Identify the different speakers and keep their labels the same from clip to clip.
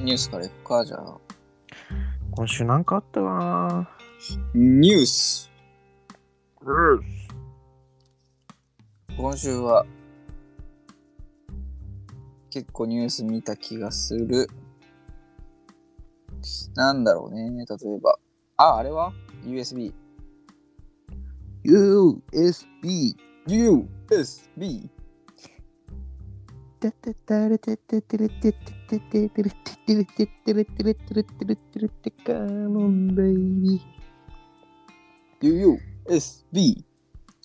Speaker 1: ニュースからいくか、じゃあ。
Speaker 2: 今週なんかあったかな
Speaker 1: ニュース
Speaker 2: うん。
Speaker 1: 今週は、結構ニュース見た気がする。なんだろうね、例えば。あ、あれは ?USB。
Speaker 2: USB。
Speaker 1: USB!
Speaker 2: てててれてててれてててててれててれててれてれてれてれてれてカモンベイビ
Speaker 1: USB!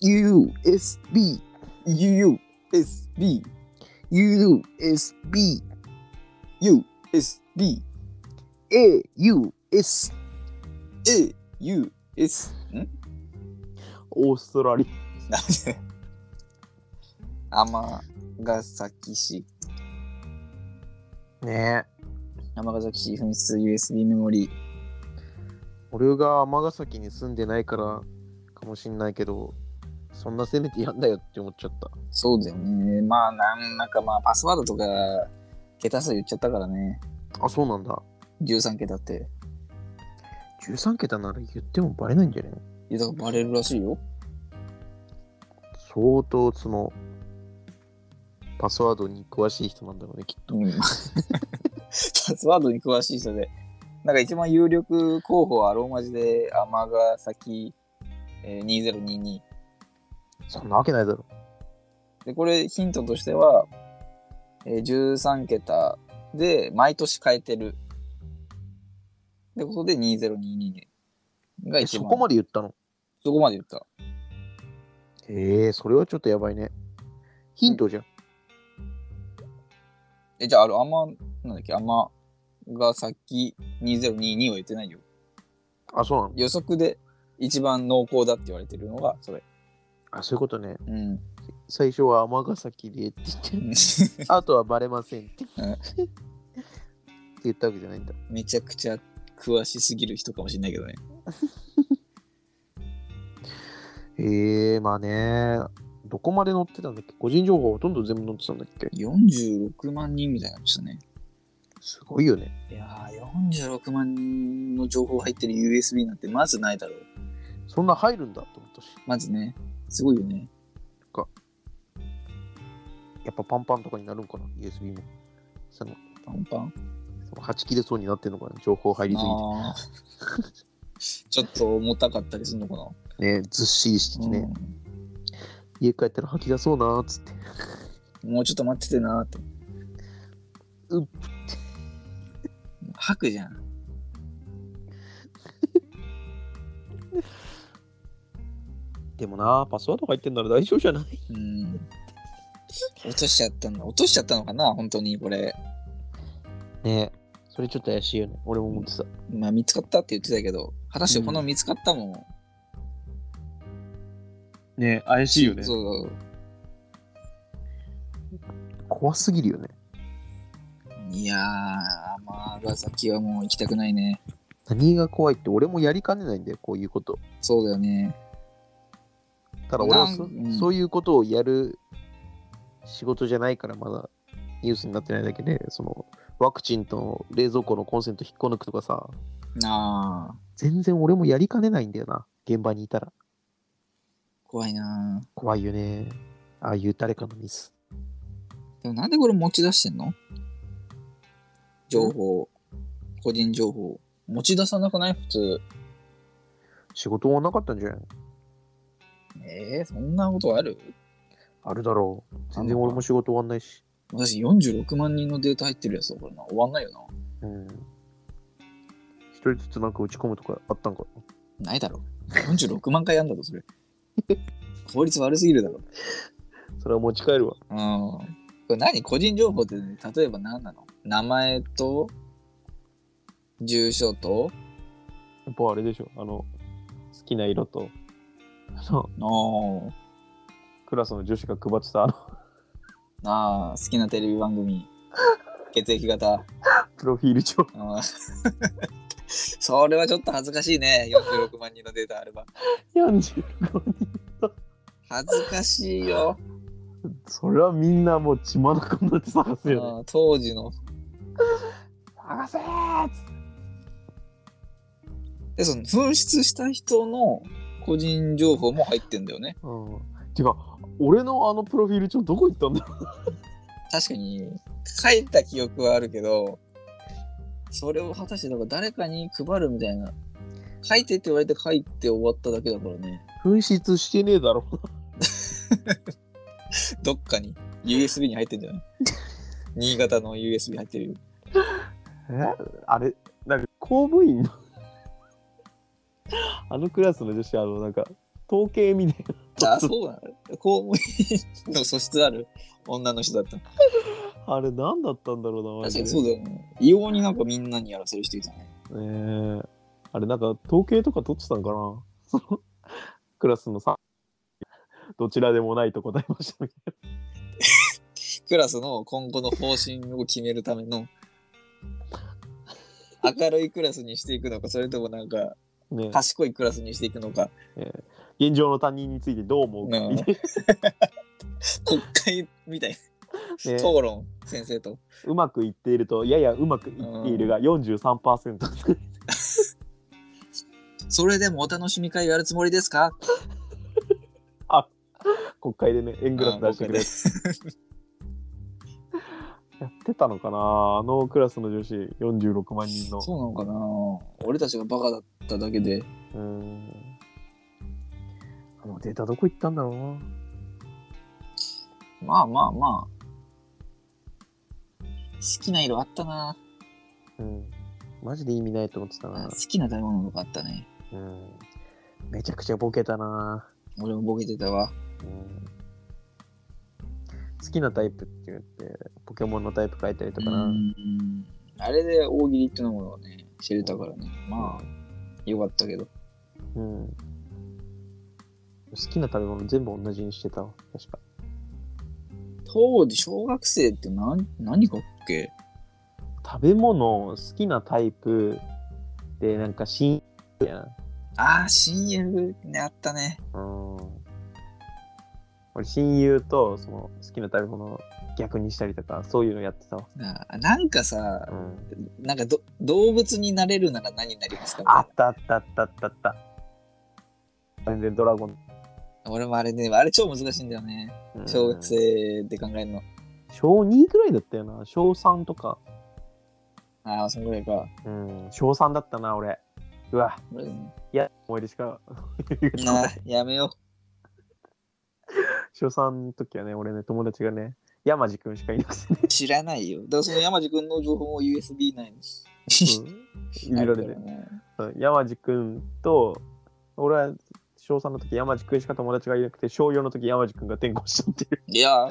Speaker 2: ー。USB。
Speaker 1: USB!
Speaker 2: USB。
Speaker 1: USB!
Speaker 2: AUS。
Speaker 1: A! US! ん
Speaker 2: オーストラリ
Speaker 1: なんで尼崎市。
Speaker 2: ア。ねえ。
Speaker 1: 尼崎市紛失 USB メモリー。
Speaker 2: 俺が尼崎に住んでないからかもしんないけど、そんなせめてやんだよって思っちゃった。
Speaker 1: そうだよね。まあ、なんなんかまあ、パスワードとか、桁数言っちゃったからね。
Speaker 2: あ、そうなんだ。
Speaker 1: 13桁って。
Speaker 2: 13桁なら言ってもバレないんじゃね
Speaker 1: いや、だからバレるらしいよ。
Speaker 2: 相当そのパスワードに詳しい人なんだろうねきっと。
Speaker 1: うん パスワードに詳しい人で。なんか一番有力候補はローマ字で、尼崎、えー、2022。
Speaker 2: そんなわけないだろ。
Speaker 1: で、これヒントとしては、えー13桁で毎年変えてる。で、ここで2022年が
Speaker 2: え
Speaker 1: 一
Speaker 2: そ
Speaker 1: 番。
Speaker 2: こまで言ったの
Speaker 1: そこまで言った。
Speaker 2: ええそれはちょっとやばいね。ヒントじゃん。
Speaker 1: え、じゃあ、あれ、あんま、なんだっけ、あんまが先2022は言ってないよ。
Speaker 2: あ、そうなの
Speaker 1: 予測で一番濃厚だって言われてるのが、それ。
Speaker 2: あ、そういうことね。
Speaker 1: うん。
Speaker 2: 最初は尼崎でって言って、あとはバレま せんって。って
Speaker 1: うん
Speaker 2: 言ったわけじゃないんだ。
Speaker 1: めちゃくちゃ詳しすぎる人かもしれないけどね。
Speaker 2: ええまあね。どこまで載ってたんだっけ個人情報ほとんど全部載ってたんだっけ
Speaker 1: 46万人みたいなことしたね。
Speaker 2: すごいよね。
Speaker 1: いやー、46万人の情報入ってる USB なんてまずないだろう。
Speaker 2: そんな入るんだと思ったし。
Speaker 1: まずね、すごいよね。
Speaker 2: やっぱパンパンとかになるんかな ?USB も。その
Speaker 1: パンパン。
Speaker 2: そのはち切れそうになってるのかな情報入りす
Speaker 1: あー ちょっと重たかったりするのかな。
Speaker 2: ぎて。ねずっしりしててね、家帰ったら吐き出そうなーっつって。
Speaker 1: うんもうちょっと待っててなーって。
Speaker 2: うっ
Speaker 1: 吐くじゃん。
Speaker 2: でもな、パスワード入ってんなら大丈夫じゃない
Speaker 1: うん。落としちゃったんだ。落としちゃったのかな本当にこれ。
Speaker 2: ねそれちょっと怪しいよね。俺も思ってた。
Speaker 1: まあ見つかったって言ってたけど、果たしてこの見つかったもん。
Speaker 2: ね怪しいよ
Speaker 1: そう
Speaker 2: 怖すぎるよね。
Speaker 1: いやー、まあ、尼崎はもう行きたくないね。
Speaker 2: 何が怖いって俺もやりかねないんだよ、こういうこと。
Speaker 1: そうだよね。
Speaker 2: ただ俺はそ,、
Speaker 1: なんうん
Speaker 2: そういうことをやる仕事じゃないからまだニュースになってないだけで、そのワクチンと冷蔵庫のコンセント引っこ抜くとかさ、
Speaker 1: なあ、
Speaker 2: 全然俺もやりかねないんだよな、現場にいたら。
Speaker 1: 怖いなあ
Speaker 2: 怖いよね。ああいう誰かのミス。
Speaker 1: でもなんでこれ持ち出してんの情報、個人情報。持ち出さなくない普通。
Speaker 2: 仕事はなかったんじゃない
Speaker 1: えー、そんなことある
Speaker 2: あるだろう。全然
Speaker 1: あんのか
Speaker 2: 俺も仕事終わんないし。
Speaker 1: 私46万人のデータ入ってるやつだからな。終わんないよ
Speaker 2: うん。一人ずつなんか打ち込むとかあったんか
Speaker 1: な。ないだろ。46万回やんだぞ、それ。効率悪すぎるだろ。
Speaker 2: なそれは持ち帰るわ。
Speaker 1: うん。これ何個人情報って、例えば何なの名前と、住所と、
Speaker 2: やっぱあれでしょ。あの、好きな色と、あの、
Speaker 1: の
Speaker 2: クラスの女子が配ってた、あの、
Speaker 1: なあ好きなテレビ番組血液型
Speaker 2: プロフィール帳。
Speaker 1: うん それはちょっと恥ずかしいね46万人のデータあれば
Speaker 2: 46人。
Speaker 1: 恥ずかしいよ、
Speaker 2: それはみんなもう血まなこになって探すよね。
Speaker 1: うん当時の
Speaker 2: 探せーっつって
Speaker 1: で、その紛失した人の個人情報も入ってんだよね。
Speaker 2: うん。てか、俺のあのプロフィール帳どこ行ったんだろ
Speaker 1: 確かに、書いた記憶はあるけど、それを果たして、だから誰かに配るみたいな。書いてって言われて書いて終わっただけだからね。
Speaker 2: う。紛失してねえだろ。
Speaker 1: どっかに USB に入ってんじゃない新潟の USB 入ってるよ。
Speaker 2: えあれ、なんか公務 員のあのクラスの女子、あの、なんか、統計みたい
Speaker 1: あ、そうなの公務員の素質ある女の人だった。
Speaker 2: な。あれ、何だったんだろうな、
Speaker 1: 確
Speaker 2: マ
Speaker 1: か
Speaker 2: ジ
Speaker 1: に
Speaker 2: で
Speaker 1: そうだよね。異様になんかみんなにやらせる人いたね。
Speaker 2: ねえあれなんか統計とか取ってたんかなそのクラスのさどちらでもないと答えましたみたい
Speaker 1: クラスの今後の方針を決めるための、明るいクラスにしていくのか、それともなんか、
Speaker 2: なね
Speaker 1: 賢いクラスにしていくのか、
Speaker 2: え現状の担任についてどう思うか
Speaker 1: うん
Speaker 2: みたい
Speaker 1: 国会みたい
Speaker 2: な、
Speaker 1: な、
Speaker 2: ね、
Speaker 1: 討論、先生と。
Speaker 2: うまくいっているとややうまくいっているが43%
Speaker 1: それでもお楽しみ会やるつもりですか
Speaker 2: 国会でね円グラフ出してくれ
Speaker 1: うん
Speaker 2: やってたのかなあのクラスの女子46万人の
Speaker 1: そうなのかな俺たちがバカだっただけで。
Speaker 2: うんあのデータどこ行ったんだろうな
Speaker 1: まあまあまあ。好きな色あったな。
Speaker 2: うんマジで意味ないと思ってたな
Speaker 1: 好きな食べ物とかあったね。
Speaker 2: うんめちゃくちゃボケたな、
Speaker 1: 俺もボケてたわ。
Speaker 2: うん、好きなタイプって言ってポケモンのタイプ書いたりとかな、
Speaker 1: うんあれで大喜利ってのものをね、知れたからね。まあ、よかったけど。
Speaker 2: うん、好きな食べ物全部同じにしてたわ確か
Speaker 1: 当時、小学生って何、何かっけ
Speaker 2: 食べ物好きなタイプでなんか新やん
Speaker 1: ああ、親友ね、あったね。
Speaker 2: うん俺親友とその好きな食べ物を逆にしたりとかそういうのやってたわ、
Speaker 1: なあなんかさ
Speaker 2: う、ん、
Speaker 1: なんかど動物になれるなら何になりますかみたい
Speaker 2: あ
Speaker 1: な
Speaker 2: ったあったあったあったあった全然ドラゴン、
Speaker 1: 俺もあれね、あれ超難しいんだよね。
Speaker 2: うん
Speaker 1: 小学生で考えるの。
Speaker 2: 小2ぐらいだったよな小3とか、
Speaker 1: ああ、そんぐらいか。
Speaker 2: うん、小3だったな俺うわ
Speaker 1: 俺
Speaker 2: いや思い出しか
Speaker 1: なやめよ
Speaker 2: 小3の時はね俺ね友達がね山地君しかいなくてね
Speaker 1: う。知らないよ。だからその山地君の情報も USB ないんです。
Speaker 2: うん見ら れて
Speaker 1: あからね
Speaker 2: うん山地君と俺は小3の時山地君しか友達がいなくて小4の時山地君が転校したっていう
Speaker 1: いやー、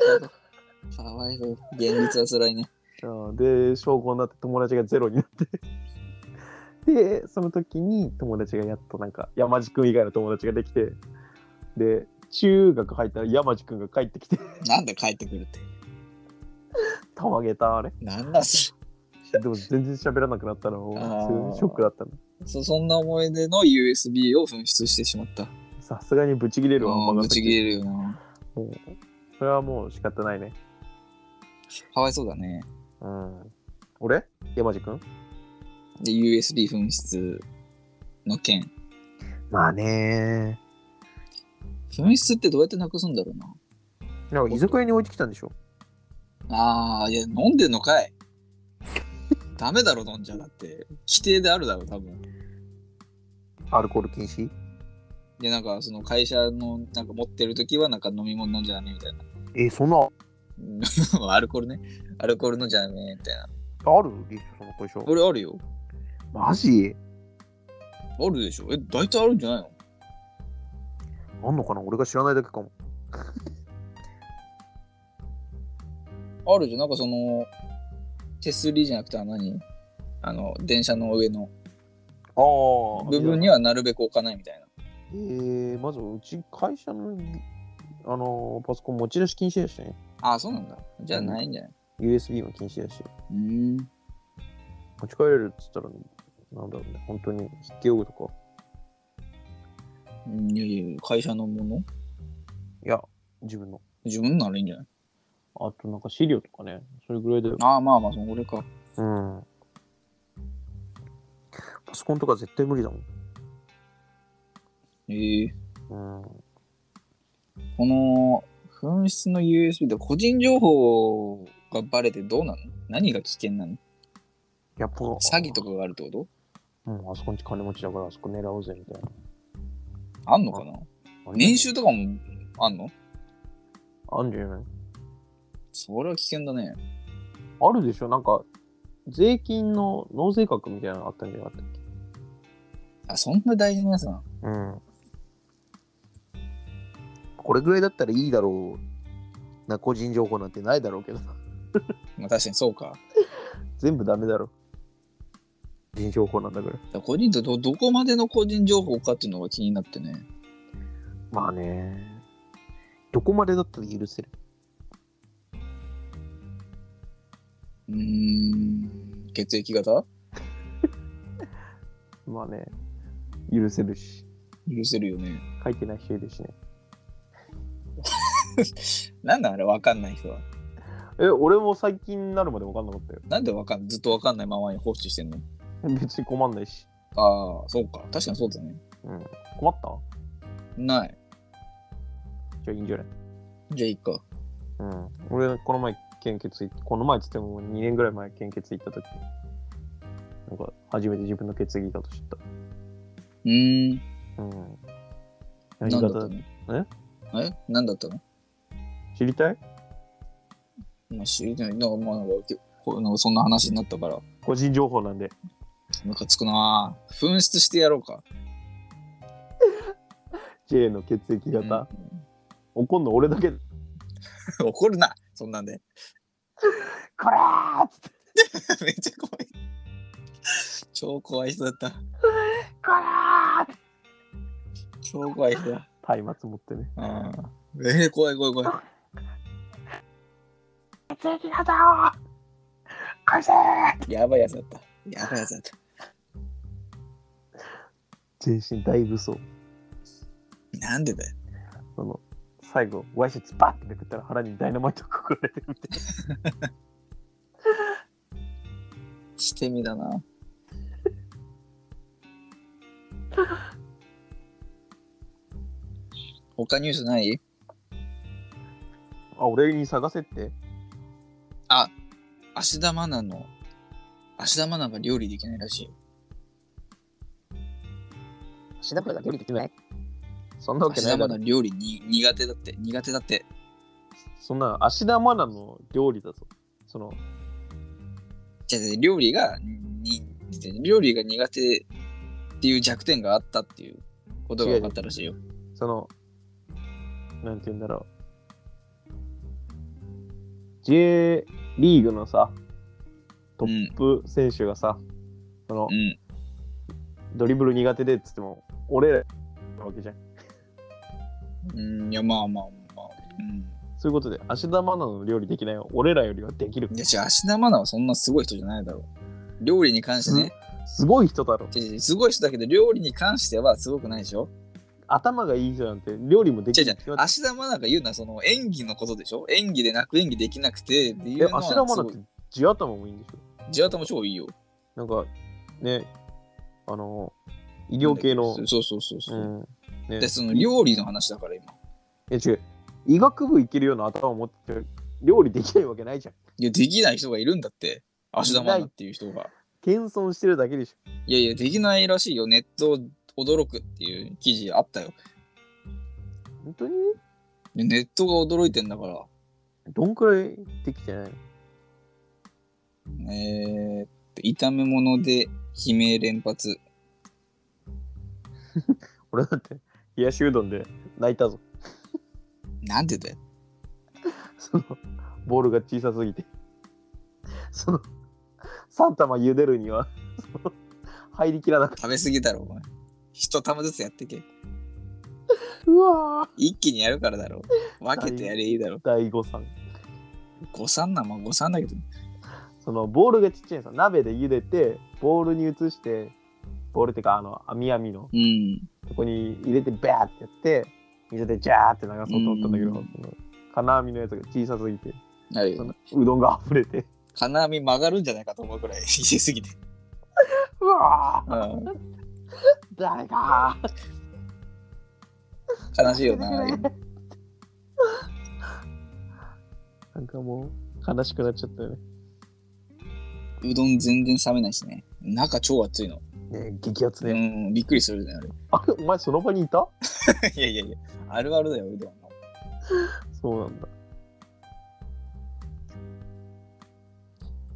Speaker 1: かわいそう。現実は辛いね。
Speaker 2: うんで小5になって友達がゼロになってでその時に友達がやっとなんか山地君以外の友達ができてで中学入ったら山地君が帰ってきて
Speaker 1: なんで帰ってくるって。
Speaker 2: たまげたあれ
Speaker 1: なんだそ
Speaker 2: でも全然喋らなくなったの
Speaker 1: あー
Speaker 2: ショックだったの
Speaker 1: れそ。そんな思い出の USB を紛失してしまった。
Speaker 2: さすがにブチギレるわ
Speaker 1: もう
Speaker 2: 尼
Speaker 1: ぶち
Speaker 2: 崎
Speaker 1: 切れるよな。
Speaker 2: もうそれはもう仕方ないね
Speaker 1: かわいそうだね。
Speaker 2: うん俺山地君
Speaker 1: で、USB 紛失の件。
Speaker 2: まあね
Speaker 1: 紛失ってどうやってなくすんだろうな。
Speaker 2: なんか居酒屋に置いてきたんでしょ
Speaker 1: ああ、いや、飲んでんのか い。ダメだろ、飲んじゃだって。規定であるだろ、多分。
Speaker 2: アルコール禁止
Speaker 1: で、なんか、その会社の、なんか持ってる時は、なんか飲み物飲んじゃダメみたいな
Speaker 2: えそんなあ
Speaker 1: うん。 アルコールね。アルコール飲んじゃダメみたいな。
Speaker 2: るリストその会社
Speaker 1: 俺あるよ。
Speaker 2: マジ
Speaker 1: あるでしょ。え、大体あるんじゃないの
Speaker 2: あんのかな俺が知らないだけかも。
Speaker 1: あるじゃん。なんかその、手すりじゃなくて、あの何あの、電車の上の
Speaker 2: あ
Speaker 1: 部分に
Speaker 2: は。
Speaker 1: はなるべく置かないみたいな。
Speaker 2: えー、まずうち会社の、あのーパソコン持ち出し禁止だしね。
Speaker 1: ああ、そうなんだ。じゃあないんじゃない
Speaker 2: USB も禁止だし。
Speaker 1: うん。
Speaker 2: 持ち帰れるっつったら、なんだろうね。本当に筆記用具とか。
Speaker 1: うんいやいや、会社のもの
Speaker 2: いや、自分の。
Speaker 1: 自分ならいいんじゃない
Speaker 2: あとなんか資料とかね。それぐらいだよ。
Speaker 1: ああ、まあまあ、その俺か。
Speaker 2: うん。パソコンとか絶対無理だもん。
Speaker 1: えー、
Speaker 2: うん。
Speaker 1: この紛失の USB で個人情報がバレてどうなの何が危険なの
Speaker 2: やっぱ、
Speaker 1: 詐欺とかがあるってこと
Speaker 2: うん、あそこんち金持ちだからあそこ狙おうぜみたいな。
Speaker 1: あんのかな年収とかもあんの
Speaker 2: あるんじゃない
Speaker 1: それは危険だね。
Speaker 2: あるでしょなんか、税金の納税額みたいなのあったんじゃなかったっけ
Speaker 1: あ、そんな大事なやつなの
Speaker 2: うん。これぐらいだったらいいだろうな、個人情報なんてないだろうけど。
Speaker 1: まあ確かにそうか。
Speaker 2: 全部ダメだろ。個人情報なんだから。
Speaker 1: だから個人とどどこまでの個人情報かっていうのが気になってね。
Speaker 2: まあね。どこまでだったら許せる
Speaker 1: うーん、血液型
Speaker 2: まあね。許せるし。
Speaker 1: 許せるよね。
Speaker 2: 書いてない人いるしね。
Speaker 1: なんだあれわかんない人は。
Speaker 2: え、俺も最近になるまで分かんなかったよ。
Speaker 1: なんでわかん、ずっとわかんないままに放置してんの
Speaker 2: 別に困んないし。
Speaker 1: ああ、そうか。確かにそうだね。
Speaker 2: 困った
Speaker 1: ない。
Speaker 2: じゃあいいんじゃない
Speaker 1: じゃあいいか。
Speaker 2: うん。俺、この前、献血行っこの前っつっても2年ぐらい前、献血行った時なんか、初めて自分の血液型知っ
Speaker 1: うーん。
Speaker 2: た。うん。
Speaker 1: なん
Speaker 2: 何
Speaker 1: だった
Speaker 2: 型
Speaker 1: のえなんだったの
Speaker 2: 知りたい
Speaker 1: まあ知りたい。なんかまあなんかこうなんかそんな話になったから、
Speaker 2: 個人情報なんで。
Speaker 1: ムカつくなぁ紛失してやろうか。
Speaker 2: J の血液型。怒んの俺だけ。
Speaker 1: うん 怒るな、そんなんで。
Speaker 2: こらーっつって。
Speaker 1: めっちゃ怖い。超怖い人だった。
Speaker 2: こらーって。
Speaker 1: 超怖い人だ。
Speaker 2: 松明持ってね。
Speaker 1: うん。えー、怖い怖い怖い。
Speaker 2: 血液型を返せ
Speaker 1: やばいやつだった。やばいやつだった。
Speaker 2: 全身大武装。
Speaker 1: なんでだよ。
Speaker 2: その、最後、ワイシャツバッてめくったら腹にダイナマイトかかれてるみたいな。
Speaker 1: してみだ な。他ニュースない
Speaker 2: あ、俺に探せって。
Speaker 1: 芦田愛菜の芦田愛菜が料理できないらしいよ
Speaker 2: しなくら料理できないそんなわけ
Speaker 1: 芦
Speaker 2: な
Speaker 1: 田
Speaker 2: いだ
Speaker 1: 愛
Speaker 2: ろ
Speaker 1: 菜。料理に苦手だって苦手だって
Speaker 2: そんな、芦田愛菜の料理だぞ。その、
Speaker 1: じゃあ料理がに料理が苦手っていう弱点があったっていうことが分かったらしいよ
Speaker 2: その、なんて言うんだろう。J リーグのさ、トップ選手がさ、その
Speaker 1: う、ん
Speaker 2: ドリブル苦手でっつっても、俺らなわけじゃん。
Speaker 1: うんいやまあまあまあうん
Speaker 2: そういうことで、芦田愛菜の料理できないよ。俺らよりはできる
Speaker 1: い。や違う芦田愛菜はそんなすごい人じゃないだろう料理に関してね、
Speaker 2: すごい人だろ。
Speaker 1: 違う違うすごい人だけど料理に関してはすごくないでしょ
Speaker 2: 頭がいい人なんて料理もでき
Speaker 1: 違う違
Speaker 2: るに
Speaker 1: う
Speaker 2: 決まって。
Speaker 1: 芦田愛菜が言うのはその演技のことでしょ演技でなく演技できなくてってい
Speaker 2: え、
Speaker 1: うのは
Speaker 2: 芦
Speaker 1: す
Speaker 2: 田
Speaker 1: ご
Speaker 2: 愛菜っ
Speaker 1: い
Speaker 2: て地頭もいいんでしょ
Speaker 1: 地頭超いいよ。
Speaker 2: なんか、ね、あの、医療系の、
Speaker 1: そうそうそうそうう。
Speaker 2: ん、ね、
Speaker 1: で、その料理の話だから今。
Speaker 2: え、違う。医学部行けるような頭を持ってる料理できないわけないじゃん。
Speaker 1: いや、できない人がいるんだって。芦田愛菜っていう人が。
Speaker 2: 謙遜してるだけでしょ。
Speaker 1: いやいや、できないらしいよ。ネット驚くっていう記事あったよ。
Speaker 2: 本当に
Speaker 1: でネットが驚いてんだから。
Speaker 2: どんくらいできてないの
Speaker 1: えー、炒め物で悲鳴連発。
Speaker 2: 俺だって、冷やしうどんで泣いたぞ。
Speaker 1: なんでだよ。
Speaker 2: その、ボールが小さすぎて。その、3玉茹でるには、その入りきらなくて。
Speaker 1: 食べ過ぎだろ、お前。一玉ずつやってけ。
Speaker 2: うわぁ
Speaker 1: 一気にやるからだろ。分けてやりゃいいだろ。
Speaker 2: 第誤算。
Speaker 1: 誤算な、まあ誤算だけど。
Speaker 2: そのボールがちっちゃいさ鍋で茹でてボールに移してボールってかあの網網の
Speaker 1: うん。
Speaker 2: そこに入れてバーってやって水でジャーって流そうと思ったんだけど
Speaker 1: う
Speaker 2: そ
Speaker 1: ん
Speaker 2: の金網のやつが小さすぎて
Speaker 1: なる
Speaker 2: そ
Speaker 1: よ。
Speaker 2: のうどんが溢れて
Speaker 1: 金網曲がるんじゃないかと思うくらい入れすぎて。
Speaker 2: うわわ
Speaker 1: うん、
Speaker 2: ー誰か
Speaker 1: 悲しいよな。ああいうの
Speaker 2: なんかもう悲しくなっちゃったよね。
Speaker 1: うどん全然冷めないしね。中超熱いの。
Speaker 2: ねえ激アツ
Speaker 1: う
Speaker 2: ね。
Speaker 1: ん、びっくりするね、あれ。
Speaker 2: あれお前その場にいた
Speaker 1: いやいやいや、あるあるだよ、うどんの。
Speaker 2: そうなんだ。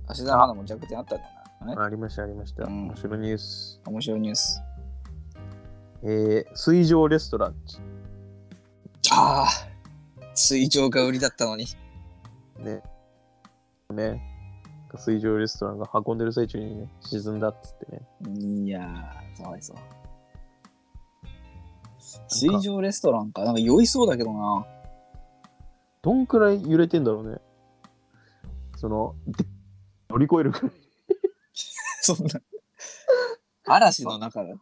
Speaker 1: 芦田愛菜も弱点あったんだな。ね
Speaker 2: ありましたありました。
Speaker 1: うん
Speaker 2: 面白いニュース。
Speaker 1: 面白いニュース。
Speaker 2: えー、水上レストラン。
Speaker 1: ああ、水上が売りだったのに。
Speaker 2: ね。ね。水上レストランが運んでる最中にね、沈んだっつってね。
Speaker 1: いやー、かわいそう。水上レストランか。なんか酔いそうだけどな。
Speaker 2: どんくらい揺れてんだろうね。その、で乗り越えるく
Speaker 1: そんな。嵐の中だ。
Speaker 2: らい、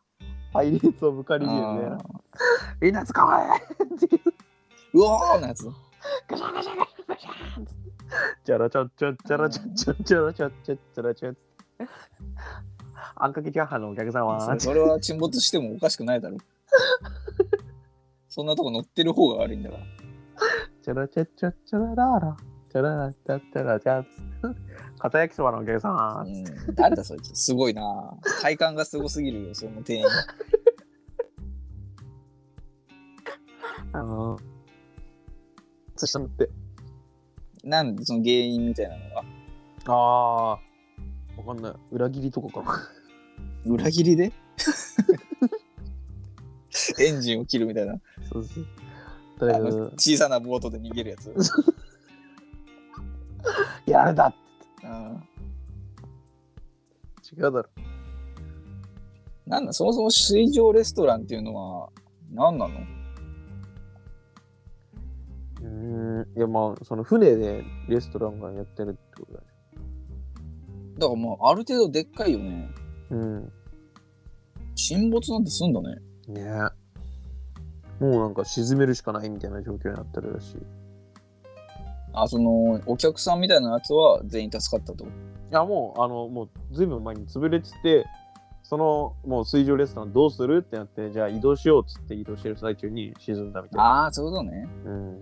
Speaker 2: ハイレーツオブカリビアンね。
Speaker 1: あー
Speaker 2: みんな捕まえ
Speaker 1: うおーのやつ。
Speaker 2: ガシャガシャガシャガシャンチャラチャチャチャラチャチャチャラチャチャチャラチャあんかけチャーハンのお客さん
Speaker 1: そ
Speaker 2: は
Speaker 1: れそれは沈没してもおかしくないだろ。そんなとこ乗ってる方が悪いんだから。
Speaker 2: チャラチャチャチャラララチャララチャチャラチャ片焼きそばのお客さんは
Speaker 1: うん誰だそいつすごいな体感がすごすぎ るよその店員
Speaker 2: あのそしたって
Speaker 1: なんでその原因みたいなのが
Speaker 2: ああわかんない裏切りとかかな
Speaker 1: 裏切りで エンジンを切るみたいな
Speaker 2: そうそう
Speaker 1: あ
Speaker 2: だけ
Speaker 1: の
Speaker 2: ど
Speaker 1: 小さなボートで逃げるやつ
Speaker 2: やられた
Speaker 1: うん
Speaker 2: 違うだろ
Speaker 1: なんだそもそも水上レストランっていうのは何なの
Speaker 2: うーんいやまあその船でレストランがやってるってことだね
Speaker 1: だからもうある程度でっかいよね
Speaker 2: うん
Speaker 1: 沈没なんてすんだね
Speaker 2: ねもうなんか沈めるしかないみたいな状況になってるらしい。い
Speaker 1: あそのお客さんみたいなやつは全員助かったと
Speaker 2: やもうあのもうずいぶん前に潰れててそのもう水上レストランどうするってなってじゃあ移動しようっつって移動してる最中に沈んだみたいな。
Speaker 1: ああそういうことね
Speaker 2: うん、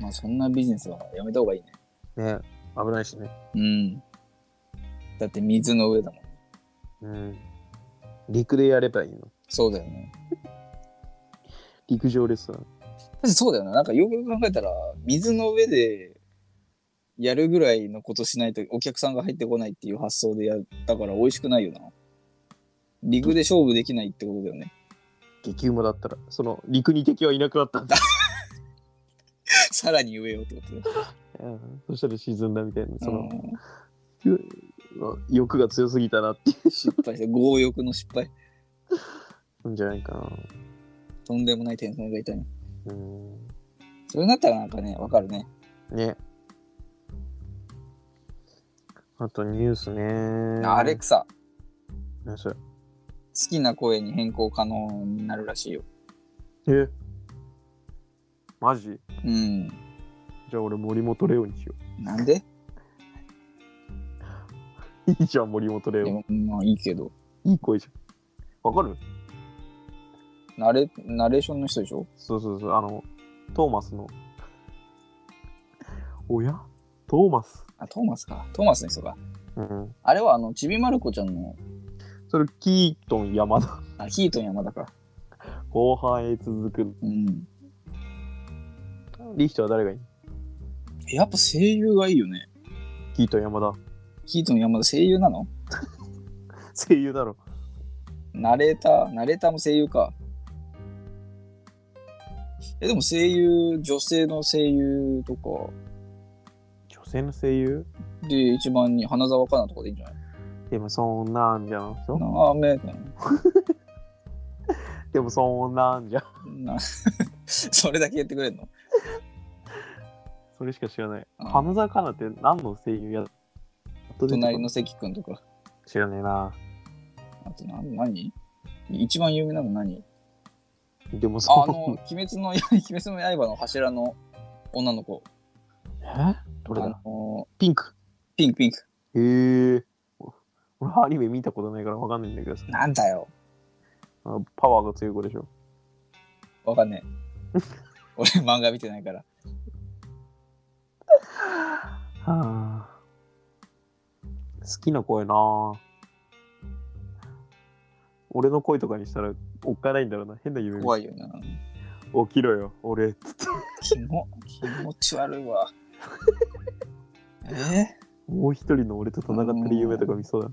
Speaker 1: まあそんなビジネスはやめた方がいいね
Speaker 2: ね危ないしね。
Speaker 1: うんだって水の上だもん
Speaker 2: うん、陸でやればいいの。
Speaker 1: そうだよね。
Speaker 2: 陸上レストラン。
Speaker 1: そうだよな。なんかよくよく考えたら、水の上でやるぐらいのことしないとお客さんが入ってこないっていう発想でやったから美味しくないよな。陸で勝負できないってことだよね。
Speaker 2: 激うまだったらその陸に敵はいなくなったんだ。
Speaker 1: さらに上よってことで。
Speaker 2: うんそしたら沈んだみたいなその、
Speaker 1: うん
Speaker 2: 欲が強すぎたなってい
Speaker 1: 失敗して、強欲の失敗。
Speaker 2: うんじゃないか
Speaker 1: とんでもない天才がいたね。
Speaker 2: な。うん
Speaker 1: それになったらなんかね、わかるね。
Speaker 2: ね。あとニュースね。
Speaker 1: アレクサ、好
Speaker 2: 何それ
Speaker 1: きな声に変更可能になるらしいよ。
Speaker 2: えマジ
Speaker 1: うん。
Speaker 2: じゃあ俺森本レオにしよ
Speaker 1: なんで
Speaker 2: う。 いいじゃん森本レ
Speaker 1: で
Speaker 2: オ。
Speaker 1: もまあいいけど。
Speaker 2: いい声じゃん。わかる
Speaker 1: ナレナレーションの人でしょ
Speaker 2: そうそうそう。あの、トーマスの。おやトーマス。
Speaker 1: あ、トーマスか。トーマスの人か。
Speaker 2: うん。
Speaker 1: あれはあの、ちびまる子ちゃんの、
Speaker 2: それキートン山田。
Speaker 1: あ、ヒートン山田か。
Speaker 2: 後半へ続く。
Speaker 1: うん。
Speaker 2: リヒトは誰がいい
Speaker 1: やっぱ声優がいいよね。
Speaker 2: キートン山田。
Speaker 1: ヒートン山田声優なの
Speaker 2: 声優だろ。
Speaker 1: ナレーター、ナレーターも声優か。え、でも声優、女性の声優とか
Speaker 2: 女性の声優
Speaker 1: で一番に花澤香菜とかでいいんじゃない
Speaker 2: でもそんなんじゃん。そ
Speaker 1: なあ、め
Speaker 2: でもそんなんじゃん。
Speaker 1: な、 それだけ言ってくれんの
Speaker 2: それしか知らない。
Speaker 1: うん
Speaker 2: 花澤香菜って何の声優や
Speaker 1: 隣の関君とか。
Speaker 2: 知らねえな。
Speaker 1: あとな、何一番有名なの何
Speaker 2: でもそ
Speaker 1: ああの、鬼滅の刃、鬼滅の刃の柱の女の子。
Speaker 2: えどれ
Speaker 1: あ
Speaker 2: だ
Speaker 1: の
Speaker 2: ピンク。
Speaker 1: ピンクピンク。
Speaker 2: へえ。俺アニメ見たことないからわかんないんだけどさ。
Speaker 1: なんだよ。
Speaker 2: あパワーが強い子でしょ。
Speaker 1: わかんねえ。俺漫画見てないから。
Speaker 2: はあ。好きな声な俺の声とかにしたらおっかないんだろうな。変な夢見
Speaker 1: 怖いよな。
Speaker 2: 起きろよ、俺。
Speaker 1: 気も気持ち悪いわ。え
Speaker 2: もう一人の俺と戦ってる夢とか見そうだ。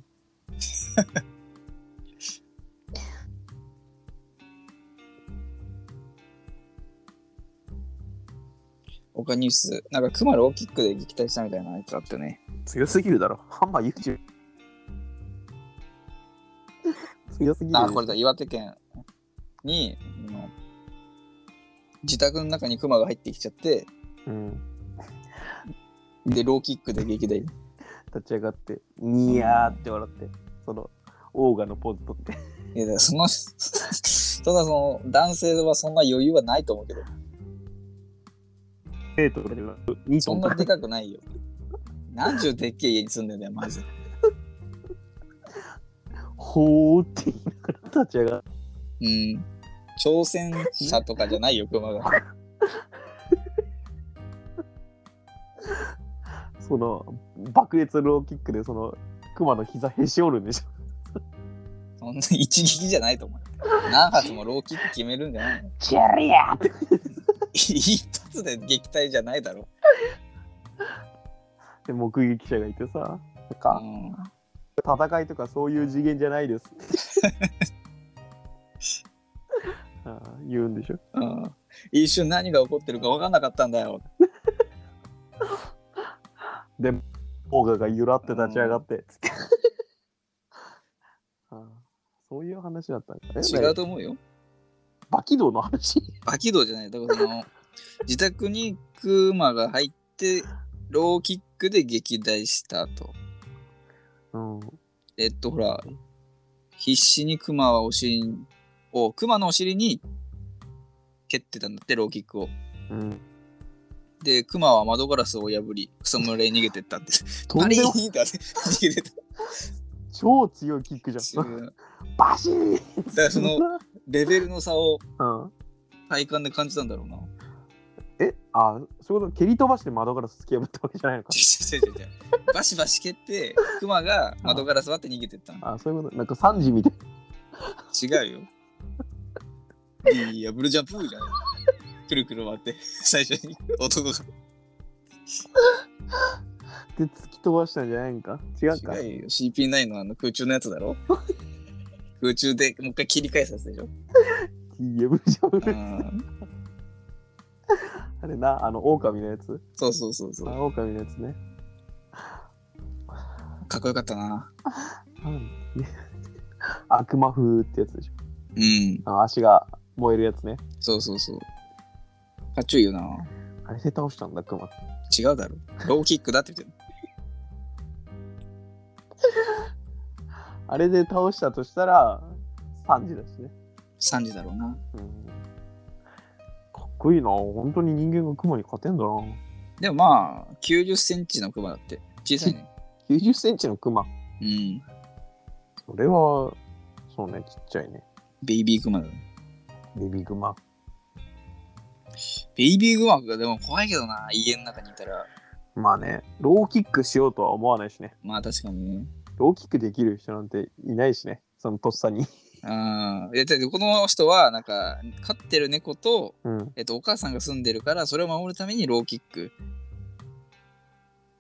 Speaker 1: 他ニュース、なんかクマローキックで撃退したみたいなやつあったね。
Speaker 2: 強すぎるだろ。ハンマー YouTube。強 すぎる。
Speaker 1: あ、これだ、岩手県に、あの自宅の中にクマが入ってきちゃって、
Speaker 2: うん。
Speaker 1: で、ローキックで撃退。
Speaker 2: 立ち上がって、ニヤーって笑って、その、オーガのポーズ取って。
Speaker 1: いや、だからその、 ただその、男性はそんな余裕はないと思うけど、
Speaker 2: ヘイトで2
Speaker 1: そんなでかくないよ。何十でっけえ家に住んでんだよ、マジで。
Speaker 2: ほーって言いながら立ち上がって。
Speaker 1: うん。挑戦者とかじゃないよ、クマが。
Speaker 2: その爆裂ローキックでその熊の膝へし折るんでしょ
Speaker 1: そんな一撃じゃないと思うよ。何発もローキック決めるんじゃないの
Speaker 2: チェリアって
Speaker 1: 一発で撃退じゃないだろ。
Speaker 2: 目撃者がいてさなん
Speaker 1: う
Speaker 2: か
Speaker 1: ん。
Speaker 2: 戦いとかそういう次元じゃないですってああ言うんでしょ
Speaker 1: うん一瞬何が起こってるか分かんなかったんだよ。
Speaker 2: でオーガが揺らって立ち上がってつってああそういう話だったんだね
Speaker 1: 違うと思うよ。
Speaker 2: バキドの話
Speaker 1: バキドじゃない。だからその自宅にクマが入ってローキックで撃退したと。
Speaker 2: うん
Speaker 1: えっとほら必死にクマはお尻をクマのお尻に蹴ってたんだってローキックを。
Speaker 2: うん
Speaker 1: でクマは窓ガラスを破り草むらへ逃げてったって。
Speaker 2: と
Speaker 1: パ
Speaker 2: ん
Speaker 1: リ
Speaker 2: で
Speaker 1: ー
Speaker 2: も
Speaker 1: ンって 逃げてた
Speaker 2: 超強いキックじゃ
Speaker 1: っ
Speaker 2: ん
Speaker 1: ていう。
Speaker 2: バシーン
Speaker 1: だからそのレベルの差を
Speaker 2: うん
Speaker 1: 体感で感じたんだろう な。
Speaker 2: えあそういうこと蹴り飛ばして窓ガラス突き破ったわけじゃないのか
Speaker 1: 違う違う違う違うバシバシ蹴ってクマが窓ガラス割って逃げてったの
Speaker 2: あそういうことなんか3時みたい
Speaker 1: 違うよ いやブルジャンプーじゃないくるくる回って 最初に男が
Speaker 2: で突き飛ばしたんじゃないんか違うか
Speaker 1: 違うよ CP9 のあの空中のやつだ ろ空中でもう一回切り返すやつでしょ
Speaker 2: いや無理じゃん
Speaker 1: うん
Speaker 2: あれなあの狼のやつ
Speaker 1: そうそうそうそ
Speaker 2: あ
Speaker 1: う
Speaker 2: 狼のやつね
Speaker 1: かっこよかったな
Speaker 2: うん 悪魔風ってやつでしょ
Speaker 1: うん
Speaker 2: あ足が燃えるやつね
Speaker 1: そうそうそうかっちょいいよな
Speaker 2: あれで倒したんだクマ
Speaker 1: 違うだろローキックだって言ってる
Speaker 2: あれで倒したとしたら3時だしね、
Speaker 1: 3時だろうな
Speaker 2: うん、かっこいいな本当に人間がクマに勝てんだな
Speaker 1: でもまあ9 0ンチのクマだって小さいね
Speaker 2: 9 0センチのクマ
Speaker 1: うん
Speaker 2: それはそうねちっちゃいね
Speaker 1: ベイビーグマだね。
Speaker 2: ベビグマ
Speaker 1: ベイビーグマがでも怖いけどな、家の中にいたら。
Speaker 2: まあね、ローキックしようとは思わないしね。
Speaker 1: まあ確かにね。
Speaker 2: ローキックできる人なんていないしね、そのとっさに。
Speaker 1: ああ、いやだってこの人は、なんか、飼ってる猫と、
Speaker 2: うん。
Speaker 1: えっと、お母さんが住んでるから、それを守るためにローキック。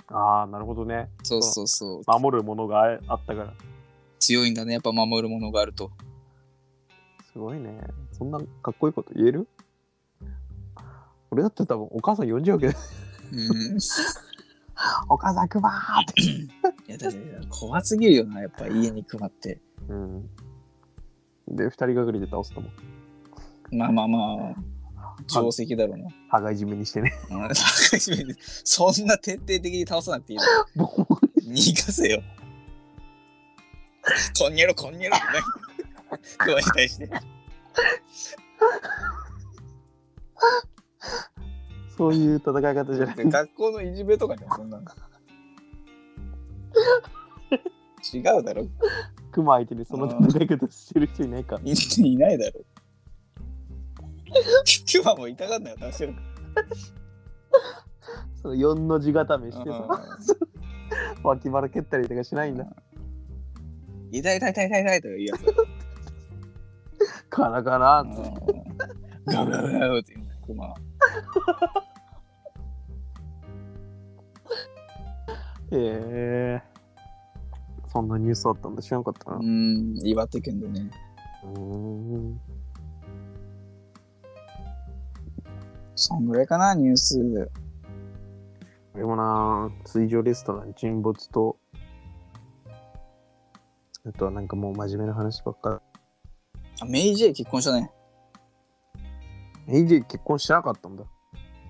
Speaker 2: ああ、なるほどね。
Speaker 1: そうそうそう。
Speaker 2: 守るものがああったから。
Speaker 1: 強いんだね、やっぱ守るものがあると。
Speaker 2: すごいね。そんなかっこいいこと言える俺だって多分お母さん呼んじゃうけど、
Speaker 1: うん。い
Speaker 2: お母さんクマーって。
Speaker 1: や、だって怖すぎるよな、やっぱ家にクマって。
Speaker 2: うん。で、二人がかりで倒すと思う。
Speaker 1: まあまあまあ、定石だろうな。
Speaker 2: 羽交い締めにしてね。
Speaker 1: うん高い締めでそんな徹底的に倒さなくていいだろ
Speaker 2: ボコボコ
Speaker 1: 逃がせよ。こんにゃろこんにゃろ って何クマに対して。
Speaker 2: そういう戦い方じゃない。
Speaker 1: で学校のいじめとかじゃん、そんなの。違うだろ
Speaker 2: クマ相手にその戦い方してる人いないか。
Speaker 1: いいないだろ今日はもう痛がんなよ、出してるか
Speaker 2: その4の字固めして
Speaker 1: ら。
Speaker 2: さ、脇腹蹴ったりとかしないんだ。
Speaker 1: うん痛い痛い痛い痛い痛いとか言うやつ。
Speaker 2: カラカラって。
Speaker 1: うんガブガブガブって言うの、熊。
Speaker 2: へえ。そんなニュースあったんだ知らなかったな
Speaker 1: う。ん、岩手県でね。
Speaker 2: うん。
Speaker 1: そんぐらいかな、ニュース。
Speaker 2: でもな、水上レストラン沈没と、あとはなんかもう真面目な話ばっか
Speaker 1: あ、メイジェイ結婚したね。
Speaker 2: り。AJ 結婚してなかったんだ。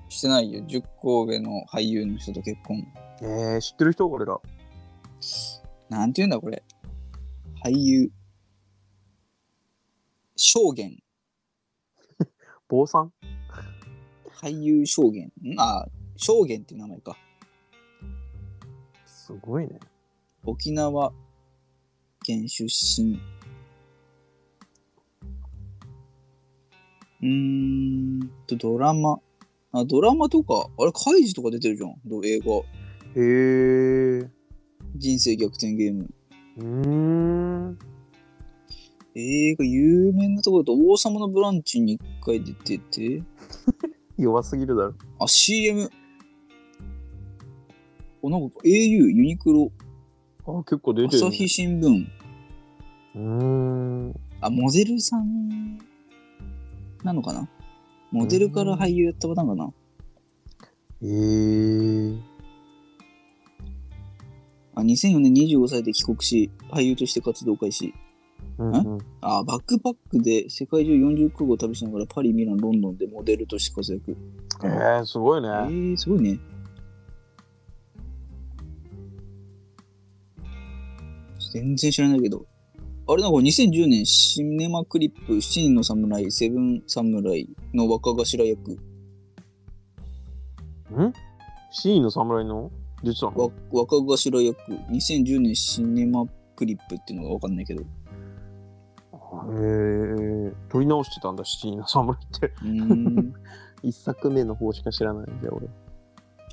Speaker 1: してないよ。10個上の俳優の人と結婚。
Speaker 2: えー、知ってる人俺ら。
Speaker 1: なんて言うんだ、これ。俳優。証言。
Speaker 2: 坊さん
Speaker 1: 俳優証言。んあ、証言っていう名前か。
Speaker 2: すごいね。
Speaker 1: 沖縄県出身。うーんと、ドラマ。あ、ドラマとか、あれ、カイジとか出てるじゃん。ど映画。
Speaker 2: へえ。ー。
Speaker 1: 人生逆転ゲーム。
Speaker 2: うーん。
Speaker 1: 映画、有名なところだと、王様のブランチに一回出てて、
Speaker 2: 弱すぎるだろ。
Speaker 1: あ、CM。お、なんか、au、ユニクロ、
Speaker 2: あ、結構出てる、ね。
Speaker 1: 朝日新聞。
Speaker 2: うーん。
Speaker 1: あ、モデルさんなのかなモデルから俳優やったパターンかな
Speaker 2: えー。
Speaker 1: あ2004年25歳で帰国し、俳優として活動開始。
Speaker 2: うんうん、
Speaker 1: あバックパックで世界中40カ国を旅しながらパリ、ミラン、ロンドンでモデルとして活躍。
Speaker 2: えー、すごいね。
Speaker 1: えー、すごいね。全然知らないけど。あれなんか2010年シネマクリップ7人の侍、セブン侍の若頭役。
Speaker 2: ん ?C の侍の出てたの
Speaker 1: わ若頭役。2010年シネマクリップっていうのがわかんないけど。
Speaker 2: へえ。撮り直してたんだ、C の侍って。
Speaker 1: うーん。
Speaker 2: 一作目の方しか知らないんだよ、俺。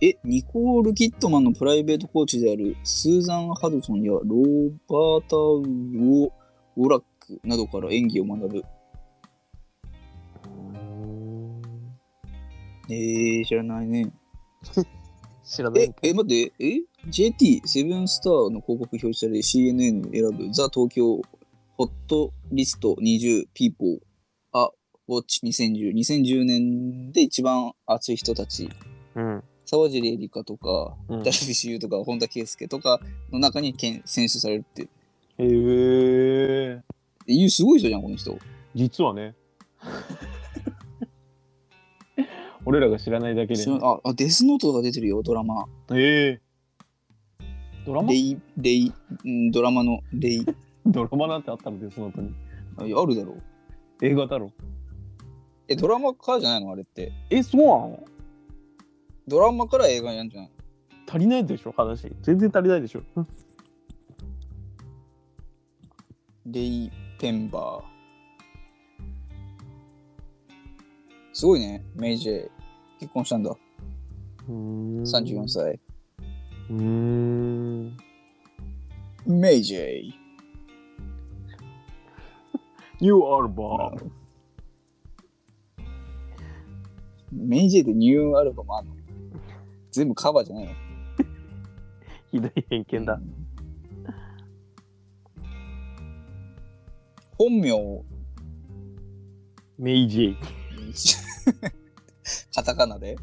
Speaker 1: え、ニコール・キットマンのプライベートコーチであるスーザン・ハドソンやローバータ・ウォオラックなどから演技を学ぶ。えー、知らないね。
Speaker 2: 知らな
Speaker 1: え
Speaker 2: い、
Speaker 1: え、待って、え ?JT、セブンスターの広告表示され CNN 選ぶザ・東京ホットリスト20ピーポーア・ウォッチ2010。2010年で一番熱い人たち。
Speaker 2: うん。
Speaker 1: 沢尻エリカとか、
Speaker 2: うん
Speaker 1: ダルビッシュ有とか、本田圭佑とかの中にけん選出されるって。
Speaker 2: へえ。
Speaker 1: えいうすごい人じゃん、この人。
Speaker 2: 実は ね。俺らが知らないだけで。
Speaker 1: 知らああ、デスノートが出てるよ、ドラマ。
Speaker 2: ええドラマ
Speaker 1: レイ、レイ、うんドラマのレイ。
Speaker 2: ドラマなんてあったので、その後に。
Speaker 1: あいやあるだろう。
Speaker 2: 映画だろ。
Speaker 1: え、ドラマからじゃないのあれって。
Speaker 2: え、そうなの
Speaker 1: ドラマから映画になるんじゃないの
Speaker 2: 足りないでしょ、話。全然足りないでしょ。
Speaker 1: レイ・ペンバー。すごいね、メイジェイ。結婚したんだ。
Speaker 2: うん
Speaker 1: 34歳。
Speaker 2: うーん。
Speaker 1: メイジェイ。
Speaker 2: You are born.
Speaker 1: メイジェイってニューアルバムあんの全部カバーじゃないの
Speaker 2: ひどい偏見だ。
Speaker 1: 本名を
Speaker 2: メイジェイ。
Speaker 1: カタカナで